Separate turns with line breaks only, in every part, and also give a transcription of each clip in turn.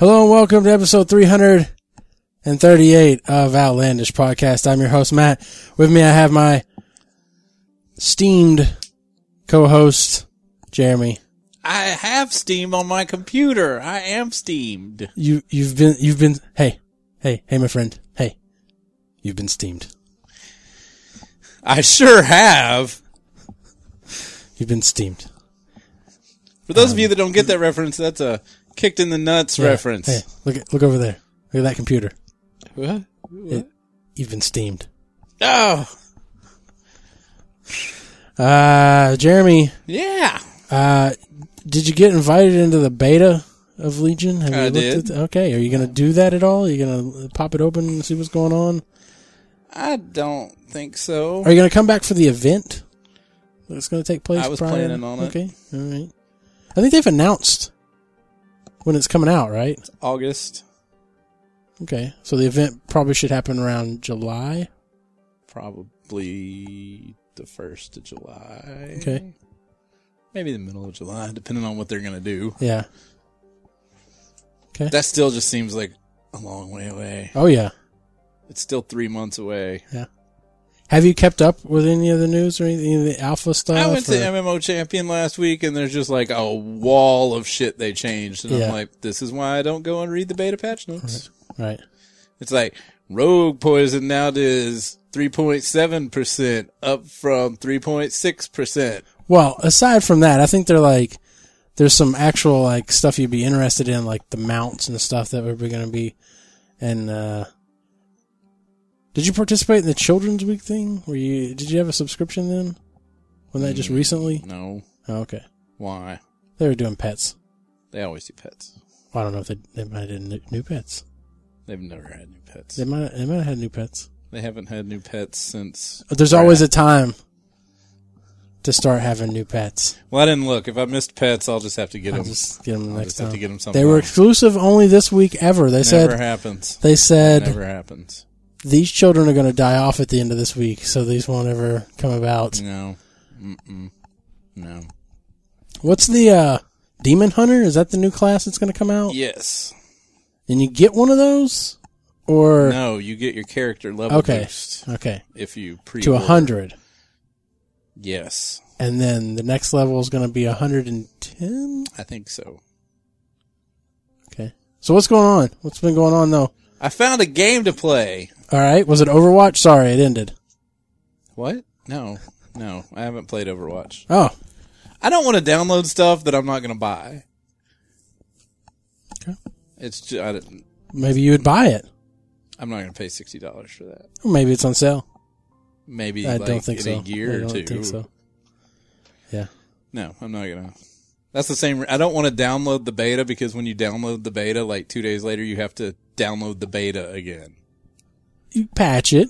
welcome to episode 338 of Outlandish Podcast. I'm your host, Matt. With me, I have my steamed co-host, Jeremy.
I have Steam on my computer. I am steamed.
You, you've been, you've been, hey, hey, hey, my friend. Hey, you've been steamed.
I sure have.
You've been steamed.
For those of you that don't get that reference, that's a kicked in the nuts
Yeah.
reference.
Hey, look at, look over there. Look at that computer.
What?
You've been steamed.
Oh,
Uh, Jeremy,
yeah.
Uh, did you get invited into the beta of Legion? Have you
I did.
At okay, are you going to do that at all? Are you going to pop it open and see what's going on?
I don't think so.
Are you going to come back for the event that's going to take place?
I was
prior?
planning on it.
Okay, all right. I think they've announced when it's coming out, right?
August,
Okay, so the event probably should happen around July.
probably the 1st of July.
Okay.
Maybe the middle of July, depending on what they're going to do.
Yeah.
That still just seems like a long way away.
Oh yeah.
It's still three months away.
Have you kept up with any of the news or any of the alpha stuff?
I went to
or-
MMO Champion last week, and there's just like a wall of shit they changed, and
Yeah.
I'm like, this is why I don't go and read the beta patch notes.
right.
It's like Rogue Poison now is 3.7 percent up from 3.6 percent.
Well, aside from that, I think they're like there's some actual like stuff you'd be interested in, like the mounts and stuff that we're going to be. And uh, did you participate in the Children's Week thing? Were you? Did you have a subscription then? When that just
Mm.
recently?
No,
Oh, okay,
why?
they were doing pets.
They always do pets.
Well, I don't know if they they might have done new- new pets.
They've never had new pets.
They might they might have had new pets.
They haven't had new pets since.
But there's always a time to start having new pets.
Well, I didn't look. If I missed pets, I'll just have to get
I'll
them.
just get them next
just have
time.
to get 'em
they were
sometime.
exclusive only this week ever. They said
Never happens.
They said
Never happens.
these children are going to die off at the end of this week, so these won't ever come about.
No. Mm-mm. No.
What's the uh, demon hunter? Is that the new class that's going to come out?
Yes.
And you get one of those, or
No, you get your character level
Okay.
boost
okay
if you pre
to a hundred,
Yes,
and then the next level is going to be hundred and ten.
I think so.
Okay, so what's going on? What's been going on though?
I found a game to play.
All right, was it Overwatch? Sorry, it ended.
What? No, no, I haven't played Overwatch.
Oh,
I don't want to download stuff that I'm not going to buy.
Okay.
It's just, I didn't-
maybe you would buy it.
I'm not going to pay sixty dollars for that.
Or maybe it's on sale.
Maybe
I
like
don't think
in
so.
a year
I don't
or two.
think so. Yeah.
No, I'm not gonna. That's the same. I don't want to download the beta because when you download the beta, like two days later, you have to download the beta again.
You patch it.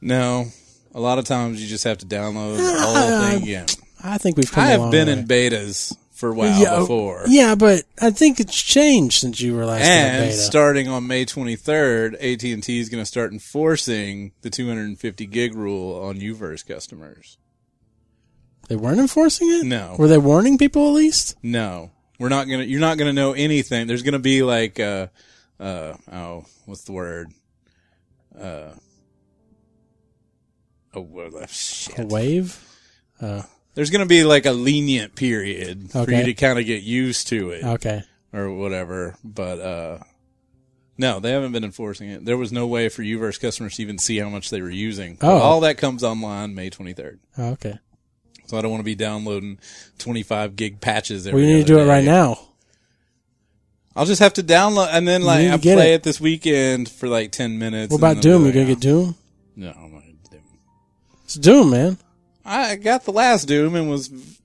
No, a lot of times you just have to download the whole thing again.
I think we've Ah, come
I
a
have
long
been
way.
in betas for a while
yeah,
before,
Yeah, but I think it's changed since you were last in the
and
beta.
starting on May 23rd, AT and T is going to start enforcing the 250 gig rule on Uverse customers.
they weren't enforcing it.
No.
were they warning people at least?
No, we're not gonna. You're not gonna know anything. There's gonna be like, uh, uh, oh, what's the word? Uh, oh, well, uh,
A
shit.
wave. Oh,
There's gonna be like a lenient period for
Okay.
you to kind of get used to it
Okay,
or whatever. But uh, no, they haven't been enforcing it. There was no way for Uverse customers to even see how much they were using. But
Oh.
all that comes online May 23rd.
Oh, okay.
So I don't want to be downloading 25 gig patches. Every
We need to
other
do it
day.
right now.
I'll just have to download and then
need
like
to
I
get
play
it.
it. this weekend for like ten minutes.
What
and
about
then I'll
Doom?
be
You gonna
like, "Oh,
get Doom?
No, I'm not gonna do Doom.
It's Doom, man.
I got the last Doom and was v-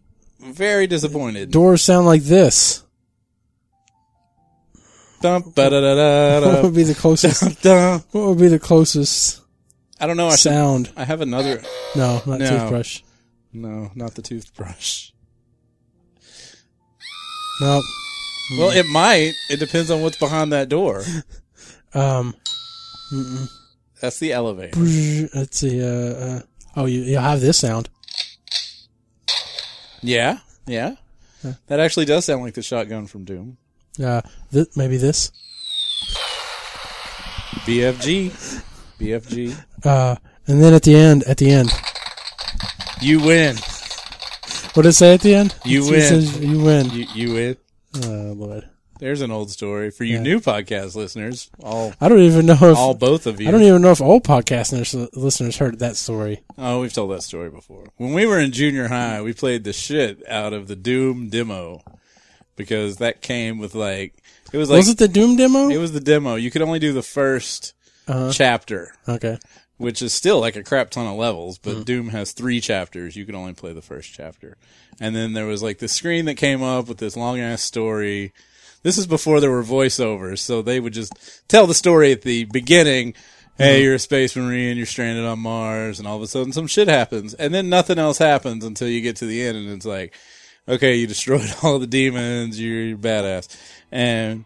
very disappointed.
Doors sound like this.
Dum, ba-da-da-da-da,
What would be the closest?
dum, dum.
what would be the closest
I don't know. I, should,
sound?
I have another.
No, not
No.
toothbrush.
No, not the toothbrush.
No.
Well, it might. It depends on what's behind that door.
Um.
That's the elevator.
Let's see. Uh. uh oh, you you have this sound.
Yeah, yeah. That actually does sound like the shotgun from Doom.
Uh. Th- maybe this.
BFG. BFG.
Uh, and then at the end, at the end,
You win.
what did it say at the end?
You
It
win.
says you win.
You, you win.
Oh Lord,
There's an old story for you
Yeah.
new podcast listeners. All
I don't even know if
all both of you.
I don't e- even know if old podcast listeners- listeners heard that story.
oh, we've told that story before. When we were in junior high, we played the shit out of the Doom demo because that came with like it was like
was it the Doom demo?
it was the demo. You could only do the 1st
Uh-huh.
chapter,
okay.
which is still like a crap ton of levels, but Doom has three chapters. You can only play the first chapter. And then there was like this screen that came up with this long ass story. This is before there were voiceovers, so they would just tell the story at the beginning. Hey, you're a space marine, you're stranded on Mars, and all of a sudden some shit happens. And then nothing else happens until you get to the end and it's like, okay, you destroyed all the demons, you're badass. And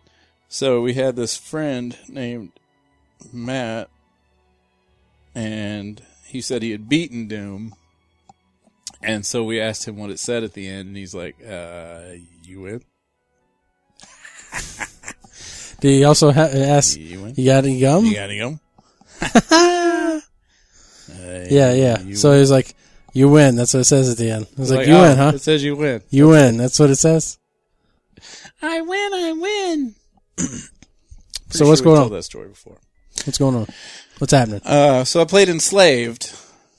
so we had this friend named Matt, and he said he had beaten Doom. And so we asked him what it said at the end, and he's like, uh, you win?
Did he also ha- ask?
You win?
You got any gum?
You got any gum? Uh,
yeah, yeah.
you
So
win.
he's like, "You win." That's what it says at the end. I was like, "You
oh,
win, huh?
It says you win.
You win." That's what it says.
I win, I win.
So what's going on?
that story before.
What's going on? What's happening?
Uh, so I played Enslaved,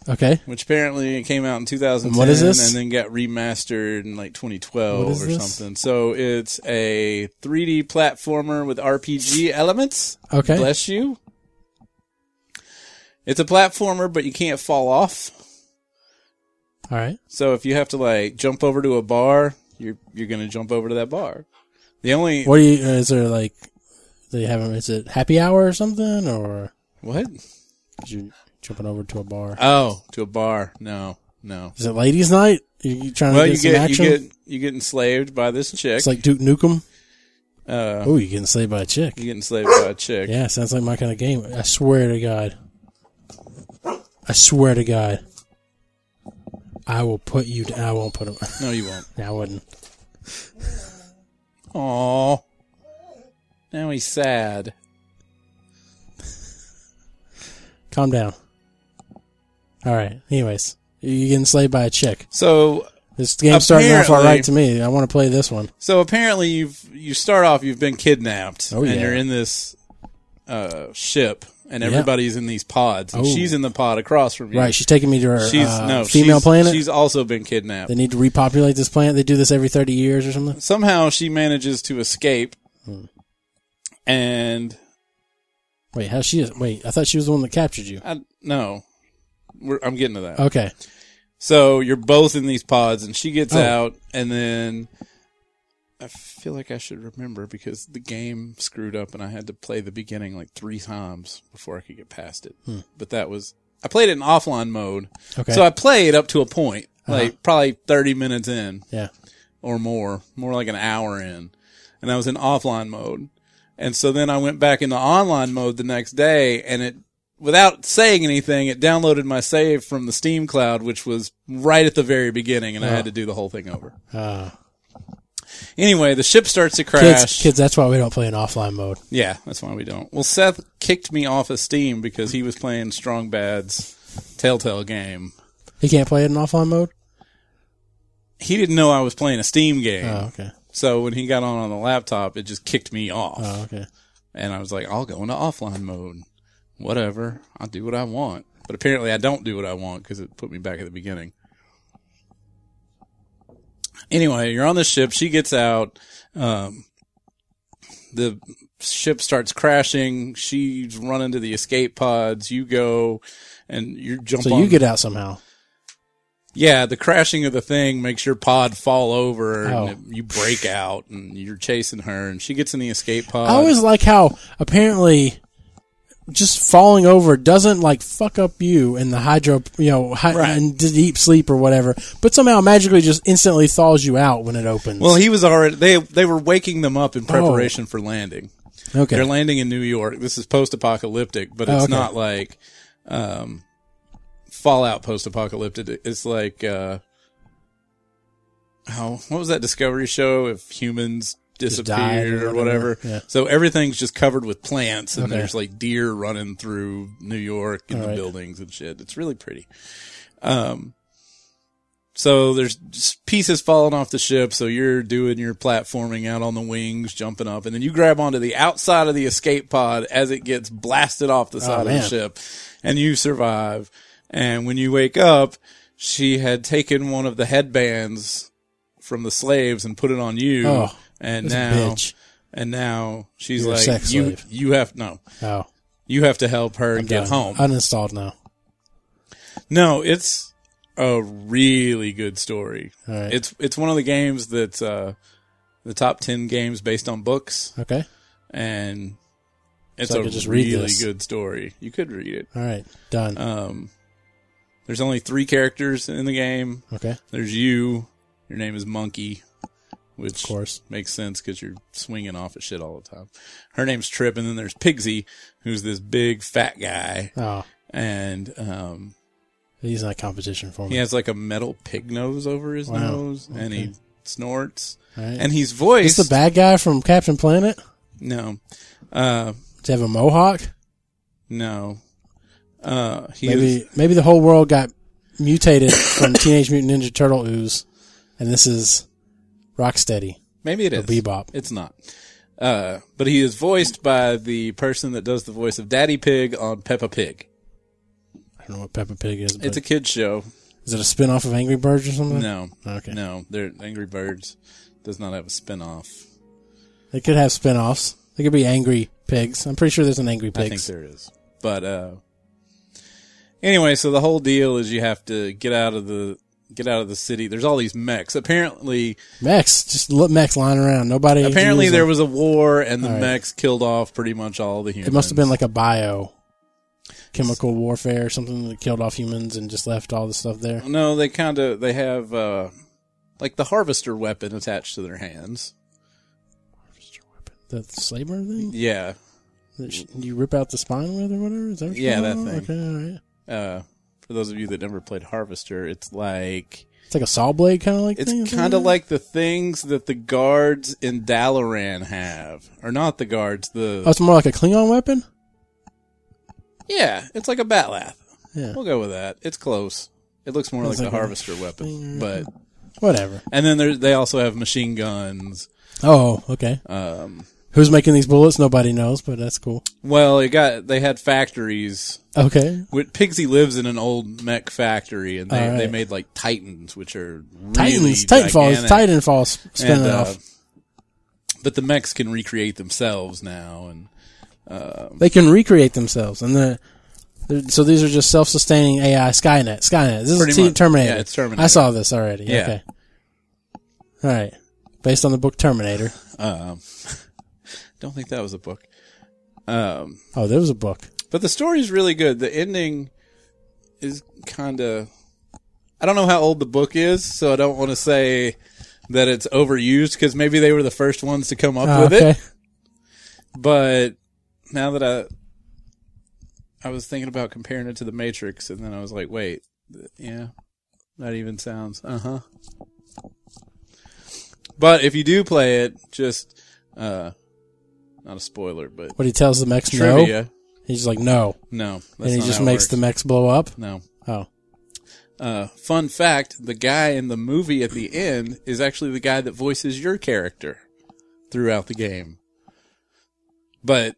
Okay.
which apparently it came out in 2010
And what is this?
and then got remastered in like 2012
What is
or
this?
something. So it's a 3D platformer with RPG elements.
Okay.
Bless you. It's a platformer, but you can't fall off.
All right.
So if you have to like jump over to a bar, you're you're gonna jump over to that bar. The only
What do you? uh, Is there like? They haven't. Is it happy hour or something? Or
what?
you jumping over to a bar?
Oh, to a bar? No, no.
Is it ladies' night? You, you trying
Well,
to get
you
some
get you
action?
get you get enslaved by this chick.
it's like Duke Nukem.
uh,
Oh, you getting slayed by a chick?
you get enslaved by a chick.
Yeah, sounds like my kind of game. I swear to God. I swear to God. I will put you. d- I won't put him.
No, you won't.
I wouldn't.
Aw. Now he's sad.
Calm down. All right. Anyways, you getting slayed by a chick?
So
This game's starting off all
Apparently-
right to me. I want to play this one.
So apparently you've you start off you've been kidnapped
Oh,
and
yeah.
you're in this uh, ship and everybody's in these pods and
Oh.
she's in the pod across from you.
Right? She's taking me to her
She's
uh,
no
female
she's,
planet.
She's also been kidnapped.
they need to repopulate this planet. They do this every thirty years or something.
Somehow she manages to escape
Hmm.
and
Wait, how she? Is, wait, I thought she was the one that captured you.
I no. We're, I'm getting to that.
Okay.
So you're both in these pods, and she gets
Oh.
out, and then I feel like I should remember because the game screwed up, and I had to play the beginning like three times before I could get past it. But that was I played it in offline mode,
Hmm. Okay. Uh-huh.
so I played up to a point, like probably thirty minutes in
yeah.
or more, more like an hour in, and I was in offline mode. And so then I went back into online mode the next day, and it, without saying anything, it downloaded my save from the Steam cloud, which was right at the very beginning, and I had to do the whole thing over.
Uh,
Anyway, the ship starts to crash.
kids, kids. That's why we don't play in offline mode.
Yeah, that's why we don't. Well, Seth kicked me off of Steam because he was playing Strong Bad's Telltale game.
You can't play it in offline mode.
He didn't know I was playing a Steam game,
Oh, okay.
so when he got on on the laptop, it just kicked me off.
Oh, okay.
And I was like, I'll go into offline mode. Whatever. I'll do what I want. But apparently I don't do what I want because it put me back at the beginning. Anyway, you're on the ship. She gets out. Um, the ship starts crashing. She's running to the escape pods. You go and you jump
So
on.
you get out somehow.
yeah, the crashing of the thing makes your pod fall over
Oh.
and it- you break out and you're chasing her and she gets in the escape pod.
I always like how apparently just falling over doesn't like fuck up you in the hydro, you know, hi-
Right.
in deep sleep or whatever, but somehow magically just instantly thaws you out when it opens.
Well, he was already they they were waking them up in preparation for landing.
Oh. okay.
They're landing in New York. This is post-apocalyptic, but
Oh,
it's
okay.
not like um, Fallout post-apocalyptic. It's like uh, how what was that Discovery show? If humans
died
disappeared
or
or whatever.
whatever, yeah.
So everything's just covered with plants and
Okay.
there's like deer running through New York and the
Alright.
buildings and shit. It's really pretty. Um, so there's just pieces falling off the ship. So you're doing your platforming out on the wings, jumping up, and then you grab onto the outside of the escape pod as it gets blasted off the side of the
Oh, man.
ship and you survive. And when you wake up, she had taken one of the headbands from the slaves and put it on you.
Oh,
and
this
now,
bitch.
and now she's
You're a
like,
sex
you,
slave."
you have no,
Oh,
you have to help her and get
done.
home.
Uninstalled now.
No, it's a really good story.
All right.
It's it's one of the games that's uh, the top ten games based on books,
Okay.
and it's
So I
a
could just read
really
this.
good story. You could read it.
All right. Done.
Um, there's only three characters in the game.
okay. Of
There's you. Your name is Monkey, which
course.
makes sense because you're swinging off at shit all the time. Her name's Trip, and then there's Pigsy, who's this big fat guy,
Oh,
and um,
he's not competition for
he
me.
has like a metal pig nose over his
Wow.
nose, and he
Okay.
snorts,
All right.
and he's
Is
voiced.
the bad guy from Captain Planet?
no, uh,
To have a mohawk?
no, uh, he
Maybe
is,
maybe the whole world got mutated from Teenage Mutant Ninja Turtle ooze, and this is Rocksteady.
maybe it is
Bebop.
It's not. Uh, but he is voiced by the person that does the voice of Daddy Pig on Peppa Pig.
I don't know what Peppa Pig is. But
It's a kids show.
is it a spin off of Angry Birds or something?
No,
Okay.
no, they're Angry Birds does not have a spinoff.
They could have spin offs. They could be Angry Pigs. I'm pretty sure there's an Angry
I think
Pigs.
there is, but uh, anyway, so the whole deal is you have to get out of the get out of the city. There's all these mechs. Apparently,
Max, just let Max lying around. Nobody.
apparently
uses
there
them.
was a war, and the
All right.
mechs killed off pretty much all the humans.
It must have been like a bio chemical warfare or something that killed off humans and just left all the stuff there.
no. They kind of they have uh, like the harvester weapon attached to their hands.
The saber thing
Yeah,
that sh- you rip out the spine with or whatever. Is that what you're
Yeah,
talking
that
about?
thing.
Okay, all right.
uh, for those of you that never played Harvester, it's like
It's like a saw blade, kind of like. thing,
it's
isn't
kind
it?
of like the things that the guards in Dalaran have, or not the guards. The
Oh, it's more like a Klingon weapon.
yeah, it's like a batlath.
Yeah.
We'll go with that. It's close. It looks more like,
It's
the
like a
harvester weapon,
finger.
but
Whatever.
and then there, they also have machine guns.
Oh, okay.
Um,
Who's making these bullets? Nobody knows, but that's cool.
well, it got they had factories.
Okay.
With- Pigsy lives in an old mech factory, and they,
All right.
they made like Titans, which are really
Titans, Titanfall,
gigantic.
Titanfall sp-
And,
spin
uh,
off.
but the mechs can recreate themselves now, and uh,
They can recreate themselves, and the they're- so these are just self-sustaining AI Skynet. Skynet. This
Pretty
is T-
much.
Terminator.
Yeah, it's Terminator.
I saw this already.
Yeah.
Okay. All right. Based on the book Terminator.
Um, don't think that was a book. Um,
Oh, there was a book.
but the story is really good. The ending is kind of. I don't know how old the book is, so I don't want to say that it's overused because maybe they were the first ones to come up
Oh,
with
okay.
it. But now that I, I was thinking about comparing it to The Matrix, and then I was like, wait, th- yeah, that even sounds, uh huh. But if you do play it, just, uh, not a spoiler, but
What he tells the mechs no.
trivia.
He's like no,
No, that's
and he
not
just
how it
makes
works.
the mechs blow up.
no.
Oh,
Uh, fun fact: the guy in the movie at the end is actually the guy that voices your character throughout the game. But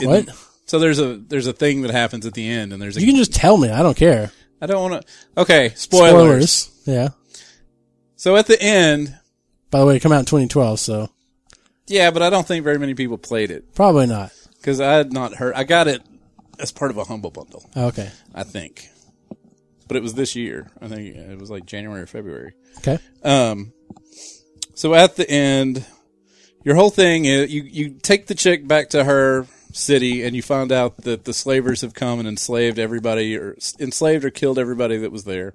in-
what?
so there's a there's a thing that happens at the end, and there's a,
You can just tell me. I don't care.
I don't want to. Okay, spoilers.
Spoilers. Yeah.
So at the end,
By the way, it come out in 2012, so
yeah, but I don't think very many people played it
probably not.
because I had not heard. I got it as part of a humble bundle.
Okay.
I think. But it was this year. I think it was like January or February.
Okay.
Um, so at the end, your whole thing is you, you take the chick back to her city and you find out that the slavers have come and enslaved everybody or s- enslaved or killed everybody that was there.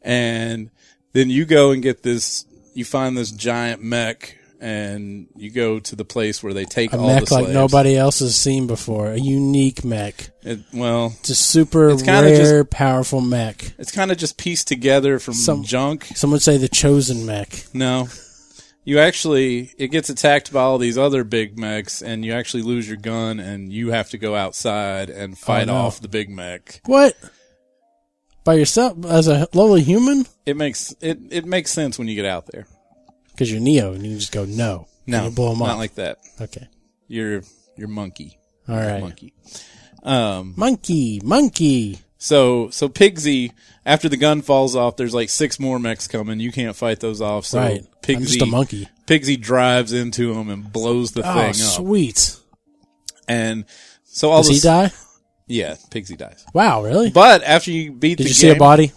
And then you go and get this, you find this giant mech and you go to the place where they take
A
all the
mech like
slaves.
nobody else has seen before. A unique mech.
It- well,
It's a super
kinda
rare, powerful mech.
it's kind of just pieced together from
Some-
junk.
Some would say the chosen mech.
No. you actually it gets attacked by all these other big mechs, and you actually lose your gun, and you have to go outside and fight
Oh, no.
off the big mech.
What? By yourself as a lowly human?
It makes it it makes sense when you get out there.
Because you're Neo, and you just go no.
No,
and you blow them
not
up.
like that.
okay.
You're you're monkey,
All right.
monkey. Um,
Monkey, monkey.
So so Pigsy, after the gun falls off, there's like six more mechs coming. You can't fight those off. So
right.
Pigsy,
I'm just a monkey.
Pigsy drives into him and blows the
Oh,
thing up.
sweet.
And so all
Does he
this-
die?
Yeah, Pigsy dies.
Wow, really?
But after you beat
Did
the
you
game,
see a body?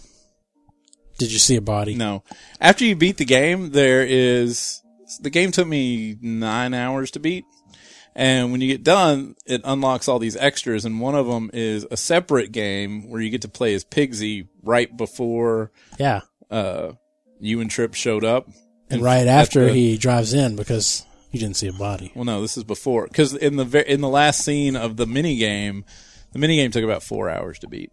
Did you see a body?
no. After you beat the game, there is the game took me nine hours to beat. And when you get done, it unlocks all these extras, and one of them is a separate game where you get to play as Pigsy right before
Yeah.
uh, you and Tripp showed up.
And right
at
after
the-
he drives in because you didn't see a body.
Well, no, this is before because in the ver- in the last scene of the mini game, the mini game took about four hours to beat.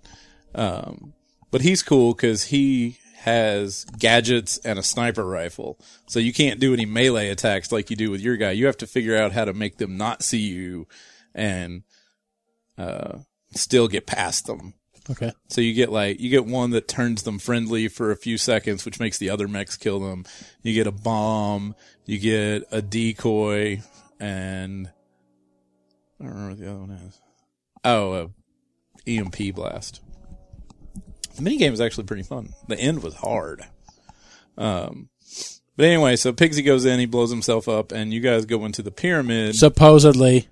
Um, but he's cool because he has gadgets and a sniper rifle, so you can't do any melee attacks like you do with your guy. You have to figure out how to make them not see you and uh, still get past them.
Okay.
So you get like you get one that turns them friendly for a few seconds, which makes the other mechs kill them. You get a bomb, you get a decoy, and I don't remember what the other one is. Oh, a EMP blast. The minigame is actually pretty fun. The end was hard. Um, but anyway, so Pigsy goes in, he blows himself up, and you guys go into the pyramid
Supposedly.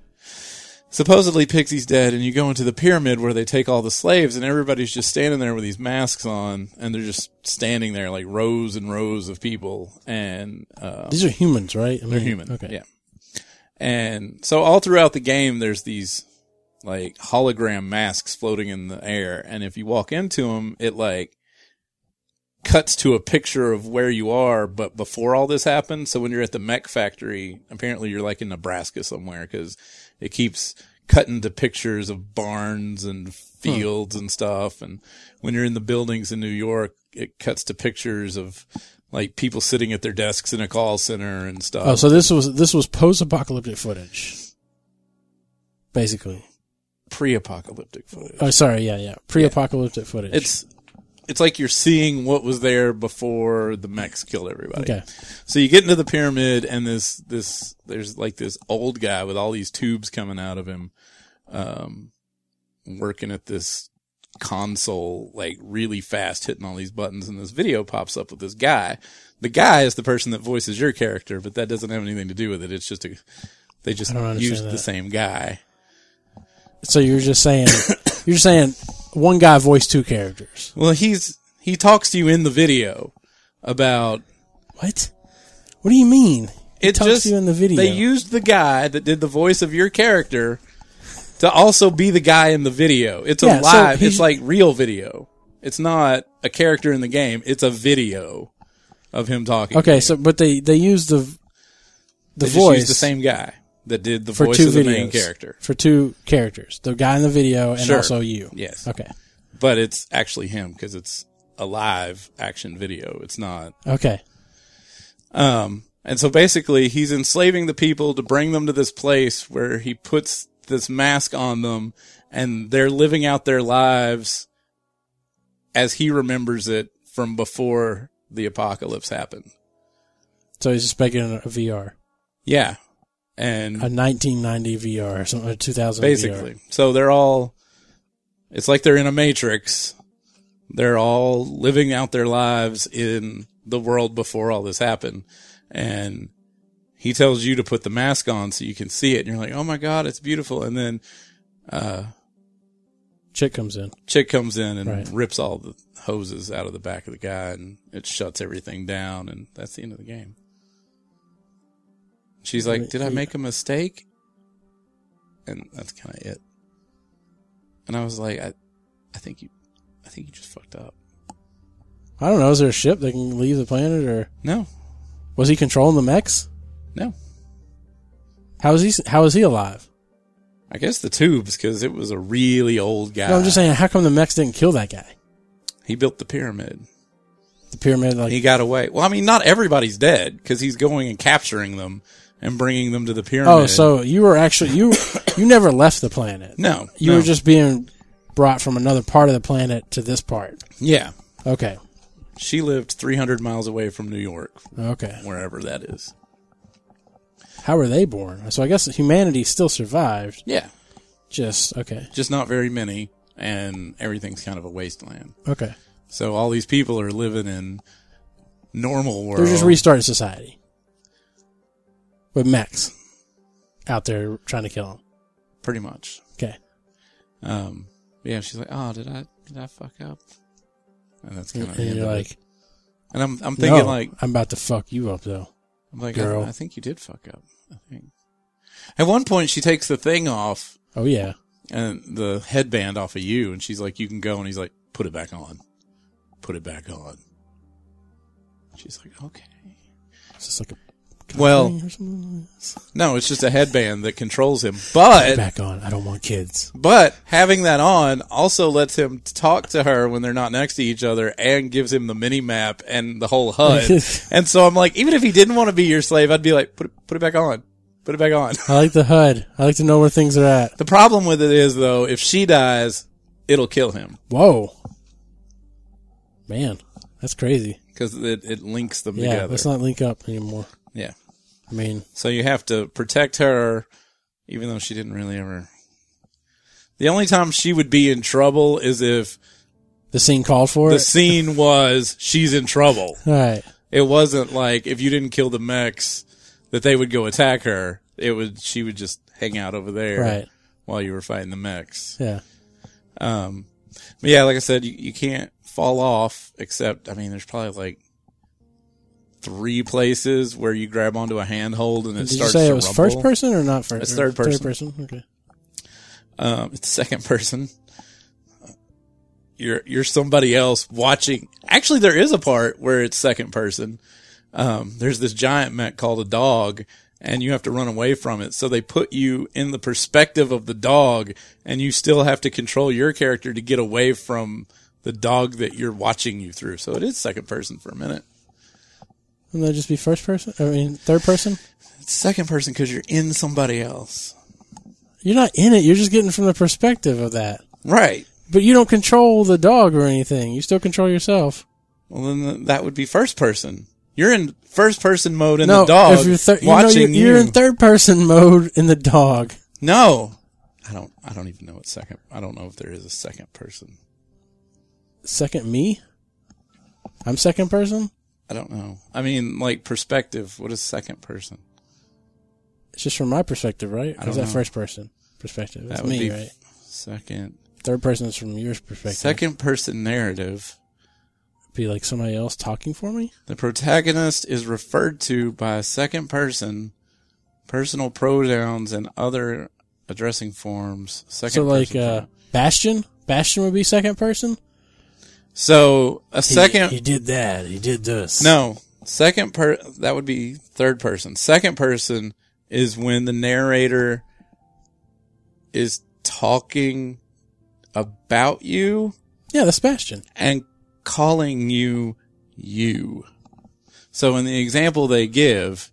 supposedly Pixie's dead, and you go into the pyramid where they take all the slaves, and everybody's just standing there with these masks on, and they're just standing there like rows and rows of people, and uh,
These are humans, right? I mean,
they're human.
Okay.
yeah. And so all throughout the game, there's these like hologram masks floating in the air, and if you walk into them, it like cuts to a picture of where you are, but before all this happened. So when you're at the mech factory, apparently you're like in Nebraska somewhere because it keeps cutting to pictures of barns and fields and stuff. And when you're in the buildings in New York, it cuts to pictures of like people sitting at their desks in a call center and stuff.
Oh, so this was this was post apocalyptic footage. Basically.
Pre-apocalyptic footage.
Oh sorry, yeah, yeah. Pre apocalyptic footage.
Uh, It's it's like you're seeing what was there before the mechs killed everybody.
Okay.
So you get into the pyramid and this, this, there's like this old guy with all these tubes coming out of him, um, working at this console, like really fast hitting all these buttons. And this video pops up with this guy. The guy is the person that voices your character, but that doesn't have anything to do with it. It's just a, they just
I don't understand
used the
that.
same guy.
So you're just saying you're saying one guy voiced two characters.
Well, he's, he talks to you in the video about
What? What do you mean? He
It
talks
just-
to you in the video.
They used the guy that did the voice of your character to also be the guy in the video. It's
Yeah,
a
so
live.
he's-
it's like real video. It's not a character in the game. It's a video of him talking.
okay, so but they they used the the
They just
voice
used the same guy that did the
for
voice
two
of the main
videos.
character.
For two characters. The guy in the video and
Sure.
also you.
Yes,
Okay.
but it's actually him because it's a live action video. It's not
Okay.
Um, and so basically, he's enslaving the people to bring them to this place where he puts this mask on them, and they're living out their lives as he remembers it from before the apocalypse happened.
So he's just making a VR.
Yeah,
A
and
1990 VR or something, a 2000 VR.
basically, so they're all. It's like they're in a matrix. They're all living out their lives in the world before all this happened, and he tells you to put the mask on so you can see it and you're like oh my god it's beautiful and then uh
Chick comes in.
chick comes in and
Right.
rips all the hoses out of the back of the guy and it shuts everything down and that's the end of the game she's like did i make a mistake and that's kind of it and i was like i i think you i think you just fucked up
I don't know. Is there a ship that can leave the planet, or
no
was he controlling the mechs?
no
How is he? How is he alive?
i guess the tubes because it was a really old guy
No, I'm just saying. How come the mechs didn't kill that guy?
he built the pyramid
the pyramid. Like
He got away. Well, I mean, not everybody's dead because he's going and capturing them and bringing them to the pyramid.
oh, so you were actually you you never left the planet.
no,
you
no.
were just being brought from another part of the planet to this part.
yeah.
Okay,
She lived 300 miles away from New York,
okay.
wherever that is.
How were they born? So I guess humanity still survived.
Yeah,
Just okay,
just not very many, and everything's kind of a wasteland.
okay.
So all these people are living in normal world.
They're just restarting society with Max out there trying to kill him.
pretty much.
Okay,
Um, yeah, she's like, "Oh, did I did I fuck up?" And that's kind of the
and
end
you're
of it.
like,
and I'm I'm thinking
no,
like
I'm about to fuck you up though.
I'm like,
Girl.
I, I think you did fuck up. I think. At one point, she takes the thing off
Oh yeah,
and the headband off of you, and she's like, "You can go." And he's like, "Put it back on. Put it back on." She's like, "Okay."
it's just like a
Well,
or something.
no, it's just a headband that controls him, but
back on. I don't want kids.
but having that on also lets him talk to her when they're not next to each other, and gives him the mini map and the whole HUD. and so I'm like, even if he didn't want to be your slave, I'd be like, "Put it, put it back on. Put it back on."
I like the HUD. I like to know where things are at.
The problem with it is though, if she dies, it'll kill him
Whoa, man, that's crazy.
because it, it links them
Yeah,
together.
let's not link up anymore.
yeah.
I mean,
So you have to protect her, even though she didn't really ever. The only time she would be in trouble is if
the scene called for
the
it.
scene was she's in trouble.
All right,
It wasn't like if you didn't kill the mechs that they would go attack her. It would she would just hang out over there
right,
while you were fighting the mechs.
yeah.
Um, but yeah, like I said, you, you can't fall off except, I mean, there's probably like three places where you grab onto a handhold and it
Did you
starts
say
to
it was
rumble.
first person or not first?
It's
or
third person.
Okay.
Um, it's second person. You're, you're somebody else watching. Actually, there is a part where it's second person. Um, there's this giant mech called a dog and you have to run away from it. So they put you in the perspective of the dog and you still have to control your character to get away from the dog that you're watching you through. So it is second person for a minute.
Wouldn't that just be first person? I mean, third person.
It's second person because you're in somebody else.
You're not in it. You're just getting from the perspective of that.
Right.
But you don't control the dog or anything. You still control yourself.
Well, then th- that would be first person. You're in first person mode in
no,
the dog
if you're thir- you know, you're,
watching
you're in third person mode in the dog.
no, I don't. I don't even know what second. I don't know if there is a second person.
Second me. I'm second person.
I don't know. I mean, like perspective. What is second person?
It's just from my perspective, right? Or
don't
is that
know.
first person perspective? That's
That would
me,
be
right?
Second.
Third person is from your perspective.
Second person narrative.
be like somebody else talking for me.
The protagonist is referred to by a second person, personal pronouns, and other addressing forms. Second
so like
person
uh, Bastion. Bastion would be second person.
So
E
a second,
He, did that. He did this.
no, second per that would be third person. Second person is when the narrator is talking about you
Yeah, that's Bastion.
and calling you you. So in the example they give,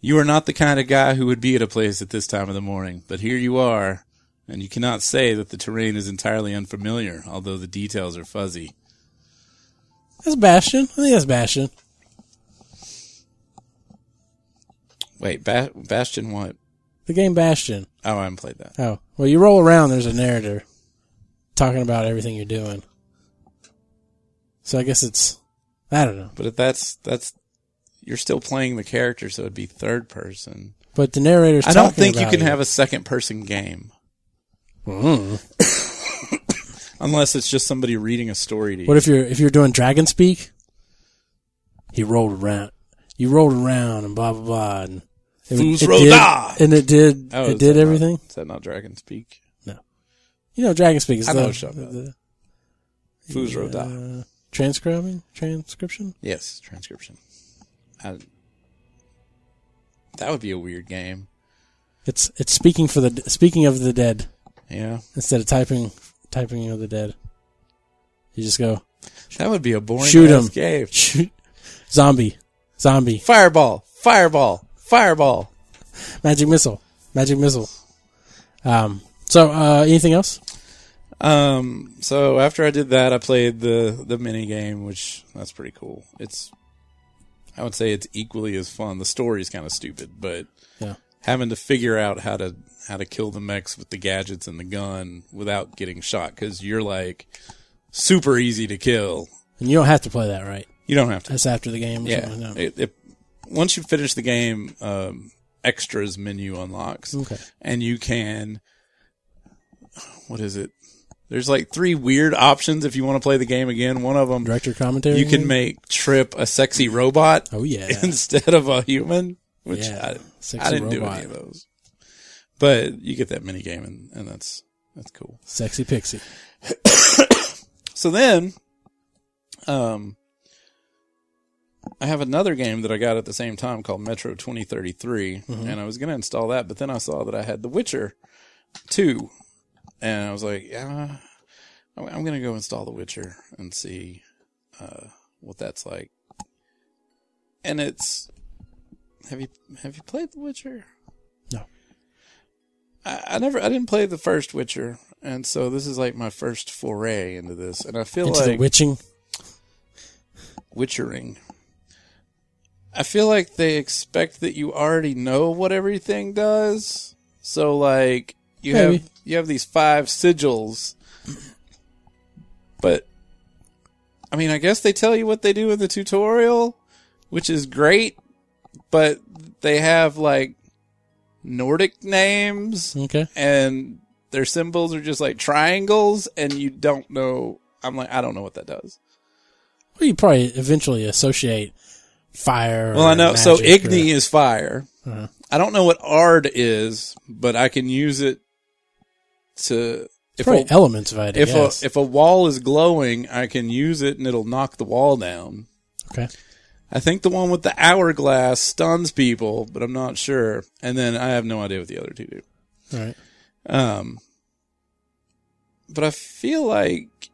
you are not the kind of guy who would be at a place at this time of the morning, but here you are, and you cannot say that the terrain is entirely unfamiliar, although the details are fuzzy.
That's Bastion. I think that's Bastion.
Wait, ba- Bastion what?
The game Bastion.
Oh, I haven't played that.
Oh, well, you roll around. There's a narrator talking about everything you're doing. So I guess it's I don't know,
But if that's that's you're still playing the character, so it'd be third person.
but the narrator's.
I don't
talking
think you
about
can have a second person game
Mm.
unless it's just somebody reading a story to you.
What if you're if you're doing Dragon Speak? He rolled around. You rolled around and blah blah blah and it,
Fools
it
roll
did,
die.
and it did
Oh, is
it did
that not-
everything.
is that not Dragon Speak?
You know, Dragon Speak is
I know
the,
what you're talking about.
the,
Fools roll
the,
die.
uh, transcribing transcription.
Yes, transcription. I, that would be a weird game.
It's it's speaking for the speaking of the dead
Yeah.
instead of typing typing of the dead. You just go
That would be a boring
Shoot
ass
'em.
game.
Shoot. Zombie. Zombie.
Fireball, fireball, fireball.
Magic missile. Magic missile. Um, so, uh, anything else?
Um, so after I did that, I played the the mini game, which that's pretty cool. It's, I would say it's equally as fun. The story's kind of stupid, but
Yeah.
having to figure out how to how to kill the mechs with the gadgets and the gun without getting shot because you're like super easy to kill.
And you don't have to play that, right?
You don't have to.
That's after the game. Or
Yeah.
Something. No.
It, it, once you finish the game, um, extras menu unlocks,
Okay.
and you can. What is it? There's like three weird options if you want to play the game again. One of them,
Director commentary.
you can
maybe?
make Trip a sexy robot
Oh yeah.
instead of a human, which
Yeah.
I,
Sexy
I didn't
robot.
do any of those. But you get that mini game, and, and that's that's cool.
Sexy pixie.
So then, um, I have another game that I got at the same time called Metro 2033,
Mm-hmm.
and I was going to install that, but then I saw that I had The Witcher 2, and I was like, yeah, I'm, I'm going to go install The Witcher and see uh, what that's like. And it's have you have you played The Witcher?
No.
I, I never I didn't play the first Witcher, and so this is like my first foray into this, and I feel
Into
like
the witching.
witchering. I feel like they expect that you already know what everything does. So like you
Maybe.
have you have these five sigils. But I mean, I guess they tell you what they do in the tutorial, which is great, but they have like Nordic names
Okay.
and their symbols are just like triangles and you don't know I'm like I don't know what that does.
Well, you probably eventually associate fire.
Well,
or
I know. So
magic or-
Igni is fire.
Uh-huh.
I don't know what Ard is, but I can use it to. If
probably
a,
elements of it. I
if, a,
guess.
if a wall is glowing, I can use it and it'll knock the wall down.
okay.
I think the one with the hourglass stuns people, but I'm not sure. And then I have no idea what the other two do.
All right.
Um, but I feel like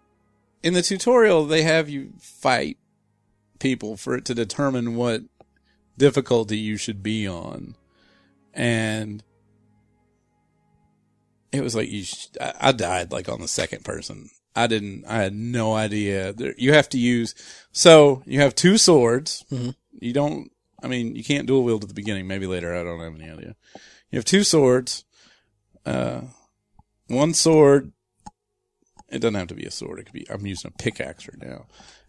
in the tutorial they have you fight people for it to determine what difficulty you should be on, and it was like you. Sh- I, I died like on the second person. I didn't. I had no idea. There, you have to use. So you have two swords.
Mhm.
You don't. I mean, you can't dual wield at the beginning. Maybe later. I don't have any idea. You have two swords uh, one sword. It doesn't have to be a sword. It could be. I'm using a pickaxe right now.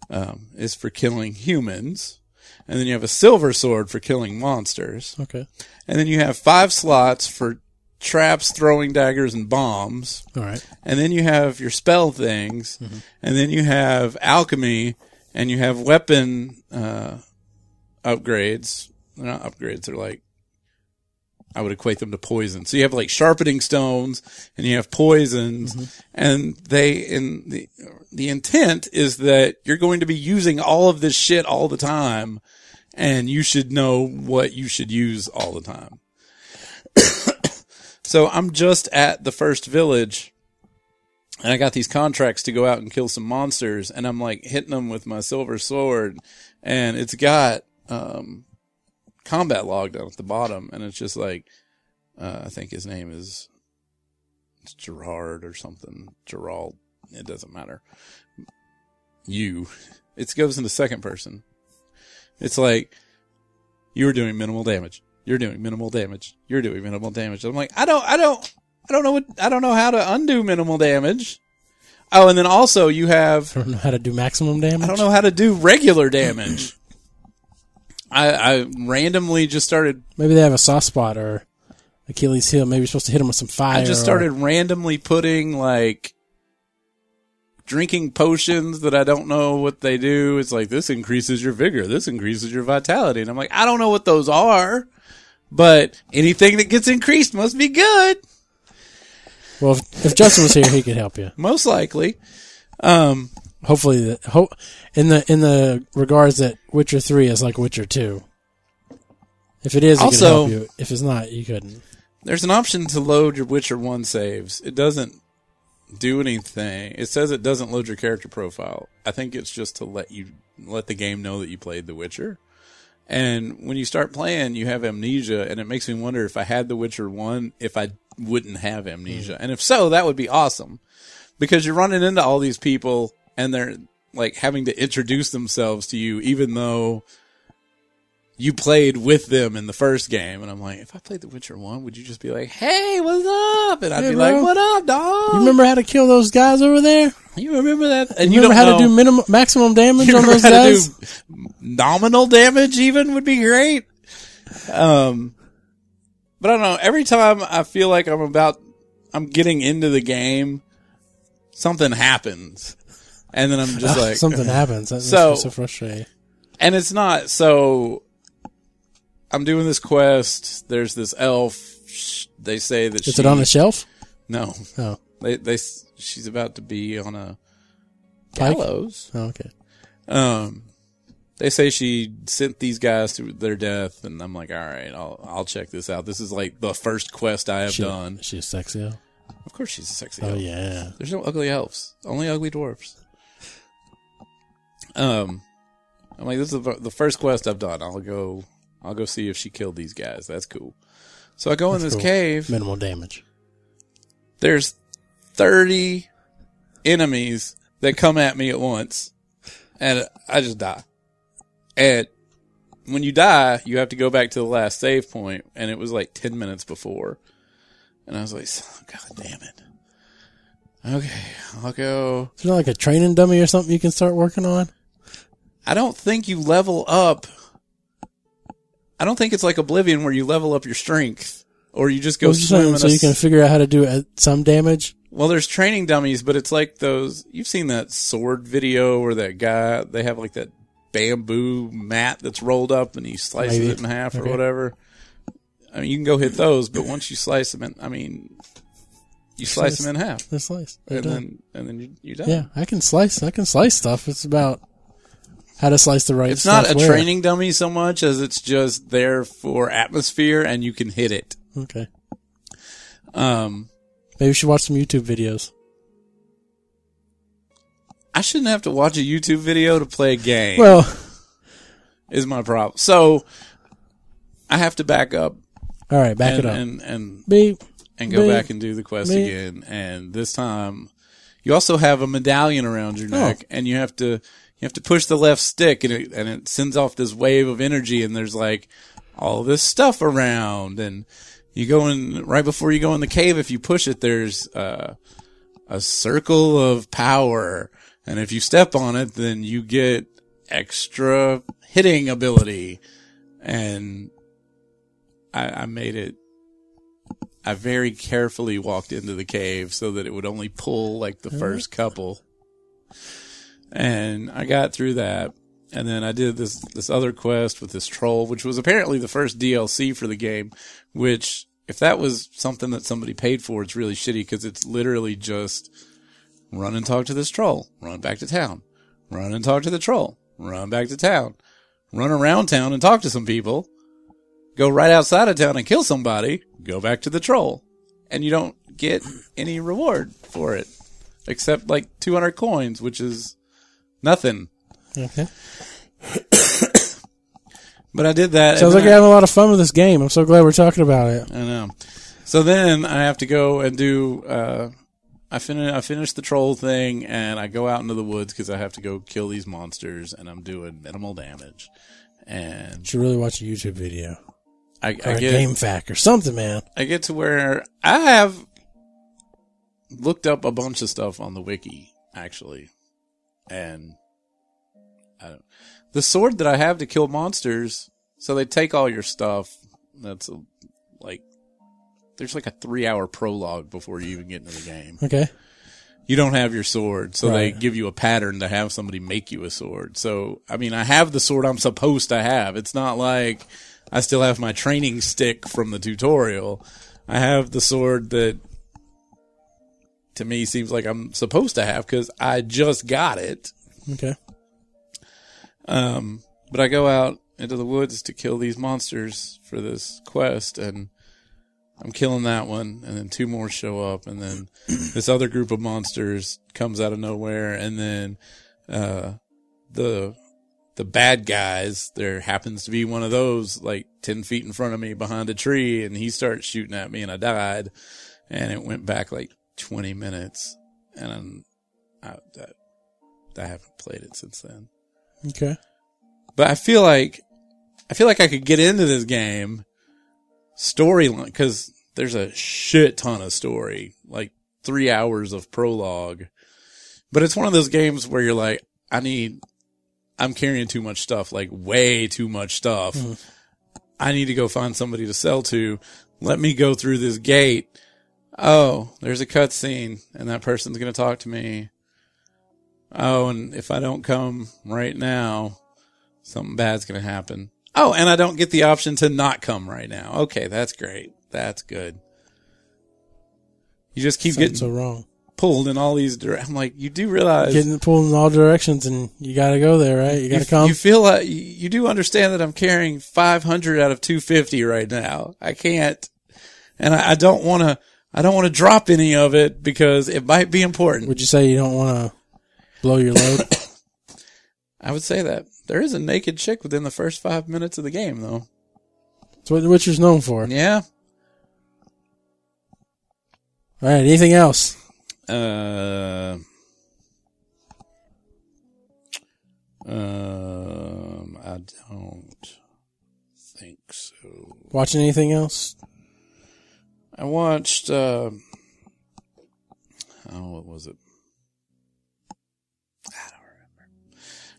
Um, is for killing humans, and then you have a silver sword for killing monsters,
Okay.
and then you have five slots for traps, throwing daggers, and bombs,
All right.
and then you have your spell things, and then you have alchemy, and you have weapon uh, upgrades. They're not upgrades. They're like I would equate them to poison. So you have like sharpening stones, and you have poisons, and they in the the intent is that you're going to be using all of this shit all the time, and you should know what you should use all the time. so I'm just at the first village and I got these contracts to go out and kill some monsters, and I'm like hitting them with my silver sword, and it's got um, combat log down at the bottom, and it's just like uh, I think his name is it's Gerard or something, Gerald. It doesn't matter. You, it goes into second person. It's like you were doing minimal damage. You're doing minimal damage. You're doing minimal damage. I'm like, I don't, I don't, I don't know what, I don't know how to undo minimal damage. Oh, and then also you have,
I don't know how to do maximum damage.
I don't know how to do regular damage. I, I randomly just started,
Maybe they have a soft spot or Achilles heel. Maybe you're supposed to hit him with some fire.
I just
or-
started randomly putting like drinking potions that I don't know what they do. It's like, this increases your vigor. This increases your vitality. And I'm like, I don't know what those are, but anything that gets increased must be good.
well, if, if Justin was here, he could help you.
most likely. Um,
Hopefully, the, ho- in the in the regards that Witcher three is like Witcher two. If it is, it
Also-
could help you. If it's not, you couldn't.
there's an option to load your Witcher One saves. It doesn't. do anything. It says it doesn't load your character profile. I think it's just to let you let the game know that you played The Witcher. And when you start playing, you have amnesia, and it makes me wonder if I had The Witcher one, if I wouldn't have amnesia,
Mm-hmm.
and if so, that would be awesome, because you're running into all these people, and they're like having to introduce themselves to you, even though you played with them in the first game. And I'm like, if I played The Witcher one, would you just be like, "Hey, what's up?" And I'd
Hey,
be
bro.
like, "What up, dog?"
You remember how to kill those guys over there?
You remember that? And
You, remember how to do minimum maximum damage on those guys?
do nominal damage even would be great. Um, but I don't know. Every time I feel like I'm about, I'm getting into the game, something happens, and then I'm just like,
Something happens. That
So-
makes me so frustrating.
and it's not so. I'm doing this quest. There's this elf. Sh- They say that
Is
she,
it on a shelf?
no.
Oh,
They they s- she's about to be on a
Pike?
gallows.
oh okay.
Um, they say she sent these guys to their death, and I'm like, all right, I'll I'll check this out. This is like the first quest I have
She,
done.
She's sexy. Oh,
Of course, she's a sexy.
oh
elf.
yeah.
There's no ugly elves, only ugly dwarfs. Um, I'm like, this is the, the first quest I've done. I'll go, I'll go see if she killed these guys. That's cool. So I go in this
cool.
cave.
Minimal damage.
There's 30 enemies that come at me at once and I just die. And when you die, you have to go back to the last save point and it was like 10 minutes before. And I was like, "Son, God damn it. Okay, I'll go.
Is there like a training dummy or something you can start working on?
I don't think you level up. I don't think it's like Oblivion where you level up your strength or you just go
I was just
swim
saying,
in
so
a
you can figure out how to do uh, some damage.
Well, there's training dummies, but it's like those. You've seen that sword video where that guy they have like that bamboo mat that's rolled up and he slices
Maybe.
it in half or
Okay.
whatever. I mean, you can go hit those, but once you slice them, in, I mean, you slice them in half,
That's nice. You're
and
done.
then and then you, you done.
yeah, I can slice. I can slice stuff. It's about how to slice the right.
It's not
stuff
a
where.
training dummy so much as it's just there for atmosphere, and you can hit it.
Okay.
Um,
Maybe you should watch some YouTube videos.
I shouldn't have to watch a YouTube video to play a game.
Well,
is my problem. So I have to back up
all right, back
and,
it up.
and and
Beep.
and go
Me.
back and do the quest
Me.
again. And this time, you also have a medallion around
Oh.
your neck, and you have to you have to push the left stick, and it and it sends off this wave of energy, and there's like all this stuff around, and you go in right before you go in the cave. If you push it, there's uh, a circle of power, and if you step on it, then you get extra hitting ability, and I, I made it I very carefully walked into the cave so that it would only pull like the first couple. And I got through that. And then I did this, this other quest with this troll, which was apparently the first DLC for the game, which if that was something that somebody paid for, it's really shitty because it's literally just run and talk to this troll, run back to town, run and talk to the troll, run back to town, run around town and talk to some people, go right outside of town and kill somebody, go back to the troll, and you don't get any reward for it except like 200 coins, which is nothing.
Okay.
But I did that.
Sounds
and
like
then
you're having a lot of fun with this game. I'm so glad we're talking about it.
I know. So then I have to go and do. Uh, I finish. I finish the troll thing, and I go out into the woods because I have to go kill these monsters, and I'm doing minimal damage.
You
And
should really watch a YouTube video
I, I
or a
get
game fact or something, man.
I get to where I have looked up a bunch of stuff on the wiki actually, and I don't, the sword that I have to kill monsters. So they take all your stuff. That's a, like there's like a three hour prologue before you even get into the game.
Okay.
You don't have your sword, so they
Right.
give you a pattern to have somebody make you a sword. So I mean, I have the sword I'm supposed to have. It's not like I still have my training stick from the tutorial. I have the sword that to me seems like I'm supposed to have because I just got it.
Okay.
Um, but I go out into the woods to kill these monsters for this quest, and I'm killing that one, and then two more show up, and then this other group of monsters comes out of nowhere, and then uh, the the bad guys. There happens to be one of those like ten feet in front of me behind a tree, and he starts shooting at me, and I died, and it went back like 20 minutes, and i I, I, I haven't played it since then.
Okay.
But I feel like I feel like I could get into this game storyline because there's a shit ton of story, like three hours of prologue. But it's one of those games where you're like, I need, I'm carrying too much stuff, like way too much stuff.
Mhm.
I need to go find somebody to sell to. Let me go through this gate. Oh, there's a cutscene, and that person's going to talk to me. Oh, and if I don't come right now, something bad's going to happen. Oh, and I don't get the option to not come right now. Okay, that's great. That's good. You just keep
Something
getting
so wrong.
pulled in all these directions. I'm like, you do realize
Getting pulled in all directions, and you got to go there, right? You got to
you,
come.
you feel like you- you do understand that I'm carrying 500 out of 250 right now. I can't, and I, I don't want to. I don't want to drop any of it because it might be important.
Would you say you don't want to blow your load?
I would say that there is a naked chick within the first five minutes of the game, though.
That's what The Witcher's known for.
Yeah.
All right. Anything else?
Uh, um, I don't think so.
Watching anything else?
I watched. Uh, oh, what was it? I don't remember.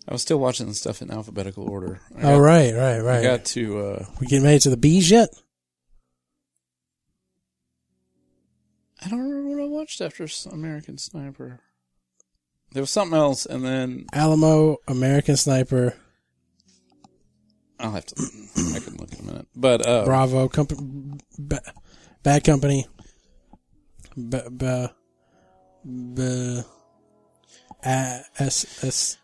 I was still watching the stuff in alphabetical order. I got,
oh, right, right,
I
right.
got to. Uh,
we getting made to the bees yet?
I don't remember what I watched after S- American Sniper. There was something else, and then
Alamo, American Sniper,
I'll have to. I can look in a minute. But uh,
Bravo, comp- b- Bad Company, b- b- b- a- s- s-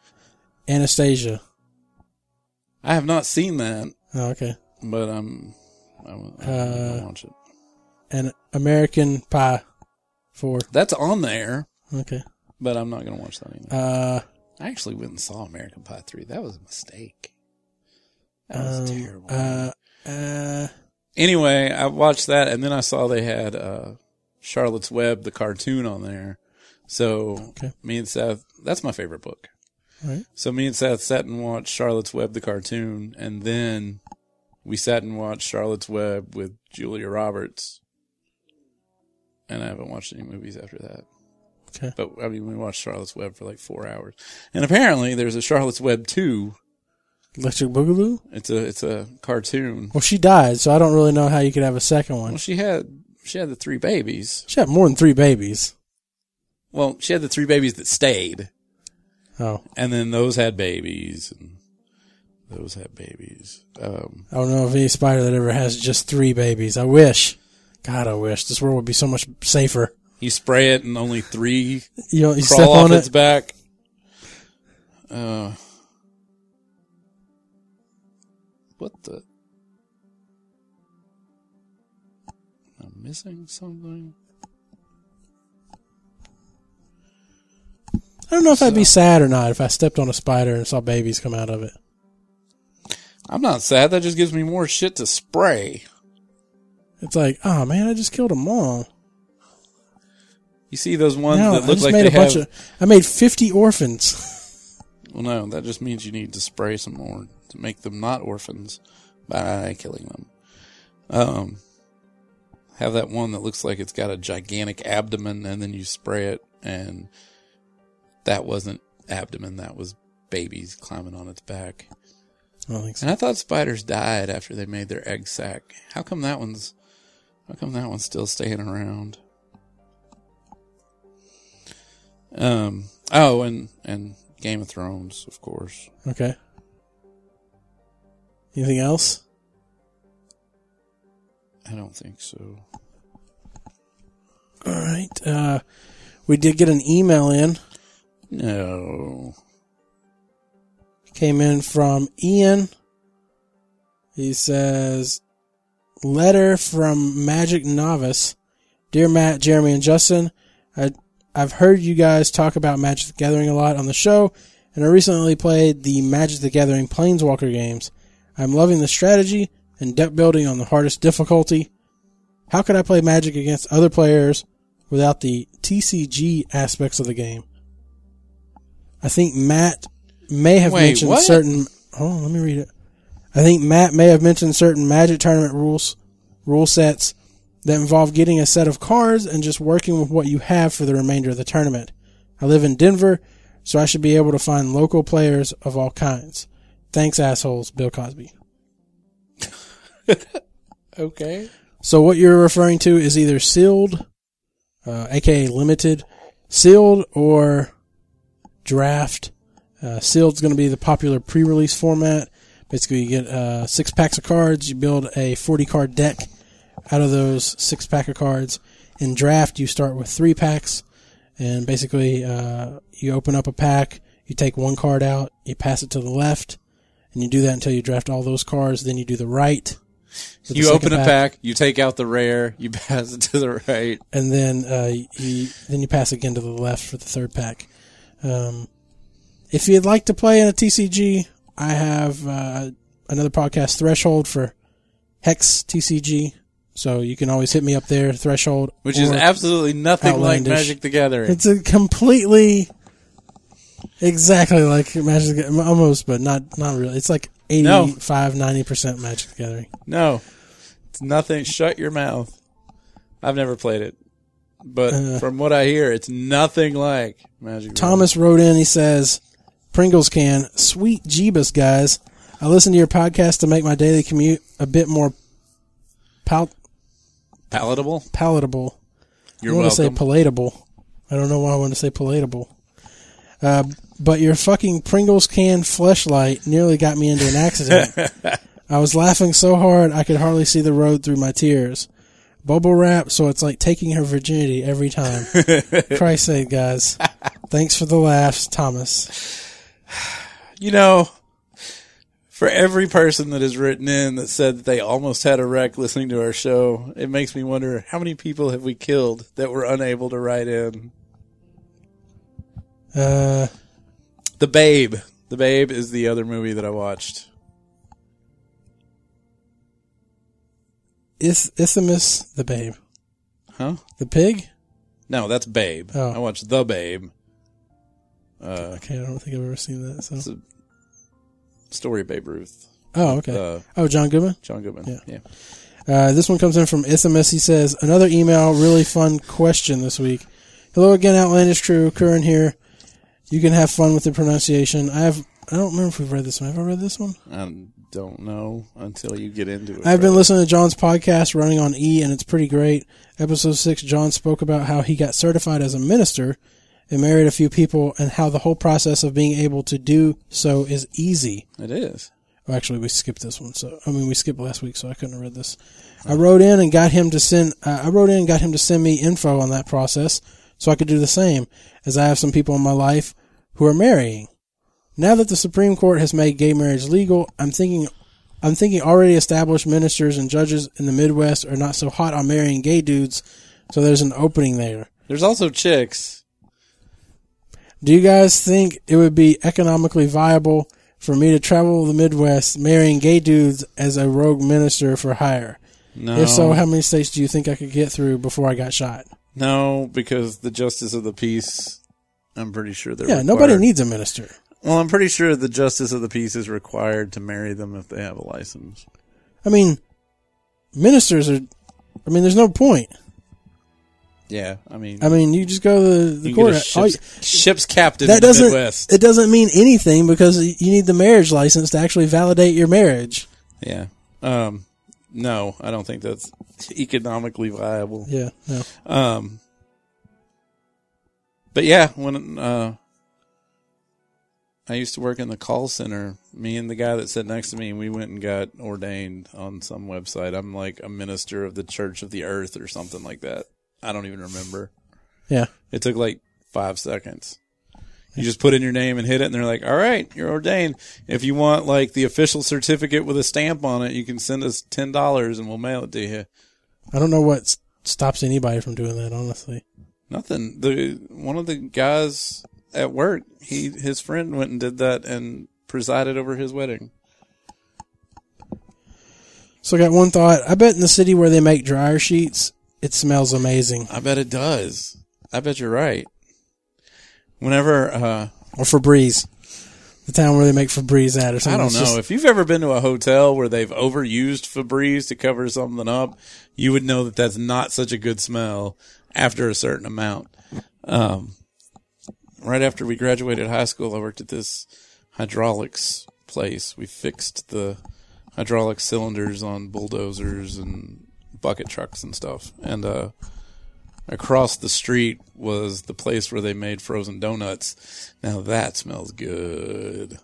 Anastasia.
I have not seen that.
Oh, okay.
But um, I will I
Uh,
watch it.
And American Pie 4.
That's on there,
Okay.
but I'm not gonna watch that either.
Uh,
I actually went and saw American Pie three. That was a mistake. That was
um,
terrible.
uh, uh,
anyway, I watched that and then I saw they had uh Charlotte's Web, the cartoon on there. So
Okay.
me and Seth that's my favorite book.
Right.
So me and Seth sat and watched Charlotte's Web the cartoon and then we sat and watched Charlotte's Web with Julia Roberts. And I haven't watched any movies after that.
Okay.
But I mean we watched Charlotte's Web for like four hours. And apparently there's a Charlotte's Web two.
Electric Boogaloo?
It's a it's a cartoon.
Well, she died, so I don't really know how you could have a second
Well
one.
she had she had the three babies.
She had more than three babies.
Well, she had the three babies that stayed,
Oh,
and then those had babies, and those had babies. Um,
I don't know of any spider that ever has just three babies. I wish. God, I wish. This world would be so much safer.
you spray it, and only three
You know, you step
crawl off
on
its
it.
back. Uh, what the? I'm missing something.
I don't know if I'd be sad or not if I stepped on a spider and saw babies come out of it.
I'm not sad. That just gives me more shit to spray.
It's like, oh man, I just killed a mom.
You see those ones
No,
that
I
look
just
like
made
they
a bunch
have.
of. I made fifty orphans.
Well, no, that just means you need to spray some more to make them not orphans by killing them. Um, have that one that looks like it's got a gigantic abdomen, and then you spray it, and that wasn't abdomen, that was babies climbing on its back.
I don't think so.
And I thought spiders died after they made their egg sac. How come that one's? How come that one's still staying around? Um. Oh, and and Game of Thrones, of course.
Okay. Anything else?
I don't think so.
All right. Uh, we did get an email in.
No.
came in from Ian. He says, letter from Magic Novice. Dear Matt, Jeremy, and Justin, I, I've heard you guys talk about Magic the Gathering a lot on the show, and I recently played the Magic the Gathering Planeswalker games. I'm loving the strategy and deck building on the hardest difficulty. How could I play Magic against other players without the TCG aspects of the game? I think Matt may have
Wait,
mentioned
what?
certain. Hold on, let me read it. I think Matt may have mentioned certain Magic tournament rules, rule sets that involve getting a set of cards and just working with what you have for the remainder of the tournament. I live in Denver, so I should be able to find local players of all kinds. Thanks, assholes, Bill Cosby.
Okay.
So what you're referring to is either sealed, uh, aka limited, sealed or draft. Uh, sealed's going to be the popular pre-release format. Basically, you get uh, six packs of cards. You build a 40 card deck out of those six pack of cards. In draft, you start with three packs, and basically uh, you open up a pack. You take one card out. You pass it to the left, and you do that until you draft all those cards. Then you do the right. with the
You
second
open a pack, you take out the rare, you pass it to the right.
and then uh, you then you pass again to the left for the third pack. Um, if you'd like to play in a TCG, I have uh, another podcast, Threshold for Hex TCG, so you can always hit me up there, Threshold.
Which is
or-
absolutely nothing like
outlandish.
Magic the Gathering.
it's a completely exactly like Magic the Ga- almost, but not not really. It's like 85 90 percent Magic the Gathering.
No, it's nothing. Shut your mouth. I've never played it, but
Uh.
from what I hear, it's nothing like Magic. the
Thomas wrote in. He says, "Pringles can sweet Jeebus guys. I listen to your podcast to make my daily commute a bit more pal-
Gathering. palatable.
palatable.
You're
I want to say
welcome.
palatable. I don't know why I want to say palatable. Uh, but your fucking Pringles can fleshlight nearly got me into an accident. I was laughing so hard I could hardly see the road through my tears. Bubble wrap, so it's like taking her virginity every time. Christ sake, guys. Thanks for the laughs, Thomas.
you know, for every person that has written in that said that they almost had a wreck listening to our show, it makes me wonder how many people have we killed that were unable to write in.
Uh,
The Babe. The Babe is the other movie that I watched.
Is- Isthmus the babe,
Huh?
the pig?
No, that's Babe.
Oh.
I watched The Babe. Uh,
Okay, I don't think I've ever seen that. So,
It's a- story of Babe Ruth.
oh, okay.
Uh,
oh, John Goodman.
John Goodman.
Yeah.
yeah.
Uh, this one comes in from Isthmus. He says, another email, really fun question this week. Hello again, Outlandish crew. Curran here. You can have fun with the pronunciation. I have. I don't remember if we've read this one. Have I read this one?
I don't know until you get into it.
I've been
brother.
listening to John's podcast running on E, and it's pretty great. Episode six, John spoke about how he got certified as a minister and married a few people, and how the whole process of being able to do so is easy.
It is.
Well, actually, we skipped this one. So I mean, we skipped last week, so I couldn't have read this. I wrote in and got him to send. Uh, I wrote in and got him to send me info on that process, so I could do the same. As I have some people in my life who are marrying. Now that the Supreme Court has made gay marriage legal, I'm thinking, I'm thinking already established ministers and judges in the Midwest are not so hot on marrying gay dudes, so there's an opening there.
There's also chicks.
Do you guys think it would be economically viable for me to travel the Midwest marrying gay dudes as a rogue minister for hire?
No.
If so, how many states do you think I could get through before I got shot?
No, because the justice of the peace. I'm pretty sure they're.
Yeah, nobody
required-
needs a minister.
Well, I'm pretty sure the justice of the peace is required to marry them if they have a license.
I mean, ministers are. I mean, there's no point.
Yeah, I mean,
I mean, you just go to the, the
you can
court.
get a
all
ship's,
you-
ship's captain
that
in the
doesn't.
Midwest.
It doesn't mean anything because you need the marriage license to actually validate your marriage.
yeah. Um, no, I don't think that's economically viable.
Yeah. No.
Um, but yeah, when uh, I used to work in the call center, me and the guy that sat next to me, we went and got ordained on some website. I'm like a minister of the Church of the Earth or something like that. I don't even remember.
Yeah.
It took like five seconds. You just put in your name and hit it, and they're like, "All right, you're ordained." If you want like the official certificate with a stamp on it, you can send us ten dollars, and we'll mail it to you.
I don't know what s- stops anybody from doing that, honestly.
Nothing. The one of the guys at work, he his friend went and did that and presided over his wedding.
So I got one thought. I bet in the city where they make dryer sheets, it smells amazing.
I bet it does. I bet you're right. Whenever uh
Or Febreze. The town where they make Febreze at or
I
something.
don't
It's
know.
just-
if you've ever been to a hotel where they've overused Febreze to cover something up, you would know that that's not such a good smell after a certain amount. Um, right after we graduated high school, I worked at this hydraulics place. We fixed the hydraulic cylinders on bulldozers and bucket trucks and stuff. And, uh, across the street was the place where they made frozen donuts. Now that smells good. A
It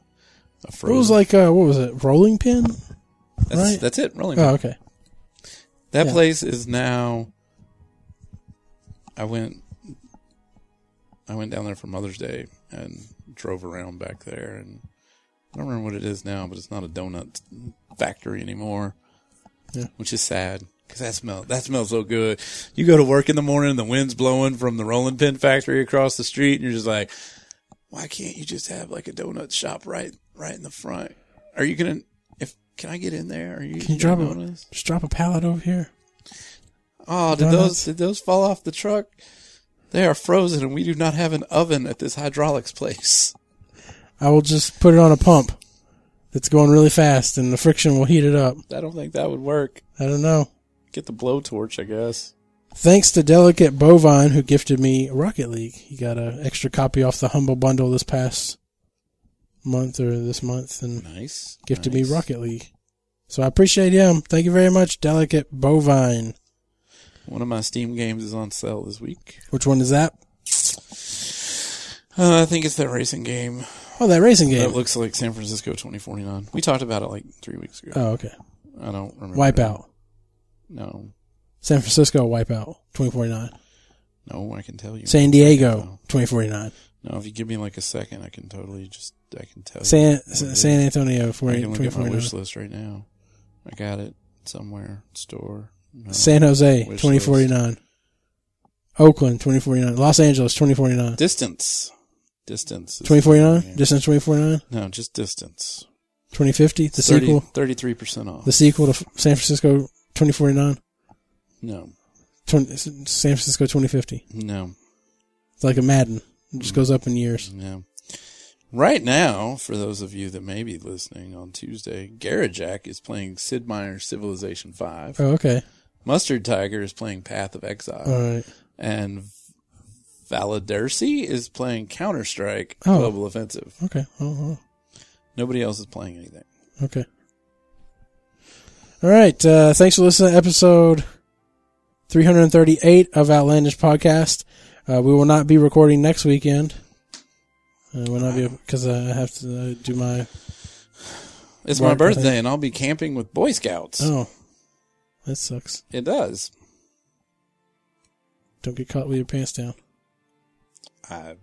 was
frozen-
like, uh, what was it? Rolling pin?
that's,
right?
that's it, really.
Oh, okay.
That
Yeah.
place is now. I went. I went down there for Mother's Day and drove around back there, and I don't remember what it is now, but it's not a donut factory anymore,
Yeah.
which is sad because that smell that smells so good. You go to work in the morning, the wind's blowing from the rolling pin factory across the street, and you're just like, why can't you just have like a donut shop right right in the front? Are you gonna? If can I get in there? Are you?
Can you drop
donuts?
a, just drop a pallet over here?
Oh, did
Donuts.
those did those fall off the truck? They are frozen, and we do not have an oven at this hydraulics place.
I will just put it on a pump that's going really fast and the friction will heat it up.
I don't think that would work.
I don't know.
Get the blowtorch, I guess.
Thanks to Delicate Bovine who gifted me Rocket League. He got a extra copy off the Humble Bundle this past month or this month and
Nice
gifted me Rocket League. So I appreciate him. Thank you very much, Delicate Bovine.
One of my Steam games is on sale this week.
Which one is that?
Uh, I think it's that racing game
Oh, that racing game.
that looks like San Francisco 2049. We talked about it like three weeks ago.
oh, okay.
I don't remember.
Wipeout.
No,
San Francisco Wipeout 2049.
no, I can tell you.
San Diego 2049.
No, if you give me like a second, I can totally just I can tell. you.
San San Antonio
I
40
can look at my
2049.
wish list right now. I got it somewhere. Store. No.
San Jose
Uh, Wish
2049. Oakland 2049. Los Angeles 2049.
Distance. Distance. is-
2049?
Yeah.
Distance 2049?
No, just distance.
2050? The sequel?
33% off.
The sequel to F- San Francisco 2049?
no,
Twen- S- San Francisco 2050.
no,
It's like a Madden. It just goes up in years.
no. Right now, for those of you that may be listening on Tuesday, Garajack is playing Sid Meier's Civilization 5.
Oh, okay.
Mustard Tiger is playing Path of Exile.
All right.
and Valadersi is playing Counter Strike
Oh.
Global Offensive.
Okay. Oh,
Nobody else is playing anything.
oh, okay. All right. Uh, thanks for listening to episode 338 of Outlandish Podcast. Uh, we will not be recording next weekend. Uh, we'll not be because I have to uh, do my.
It's
Right,
my
I
birthday, and I'll be camping with Boy Scouts.
Oh, that sucks.
It does.
Don't get caught with your pants down.
I,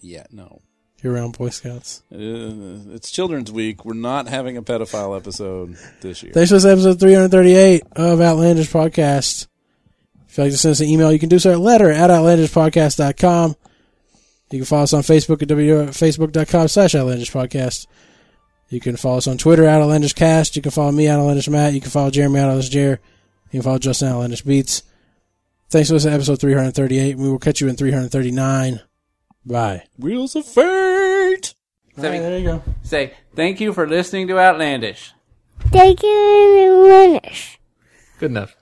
yeah, no.
You're around Boy Scouts.
Uh, it's Children's Week. We're not having a pedophile episode this year.
Thanks for this episode 338 of Outlandish Podcast. If you'd like to send us an email, you can do so at letter at outlandishpodcast.com. You can follow us on Facebook at w- facebook.com slash outlandish podcast. You can follow us on Twitter at outlandish cast. You can follow me at outlandish matt. You can follow Jeremy at outlandish jer. You can follow Justin at outlandish beats. Thanks for listening to episode 338. We will catch you in 339. Bye.
Wheels of Fate!
Say-
there you go.
Say, thank you for listening to Outlandish.
Thank you, Linus.
Good enough.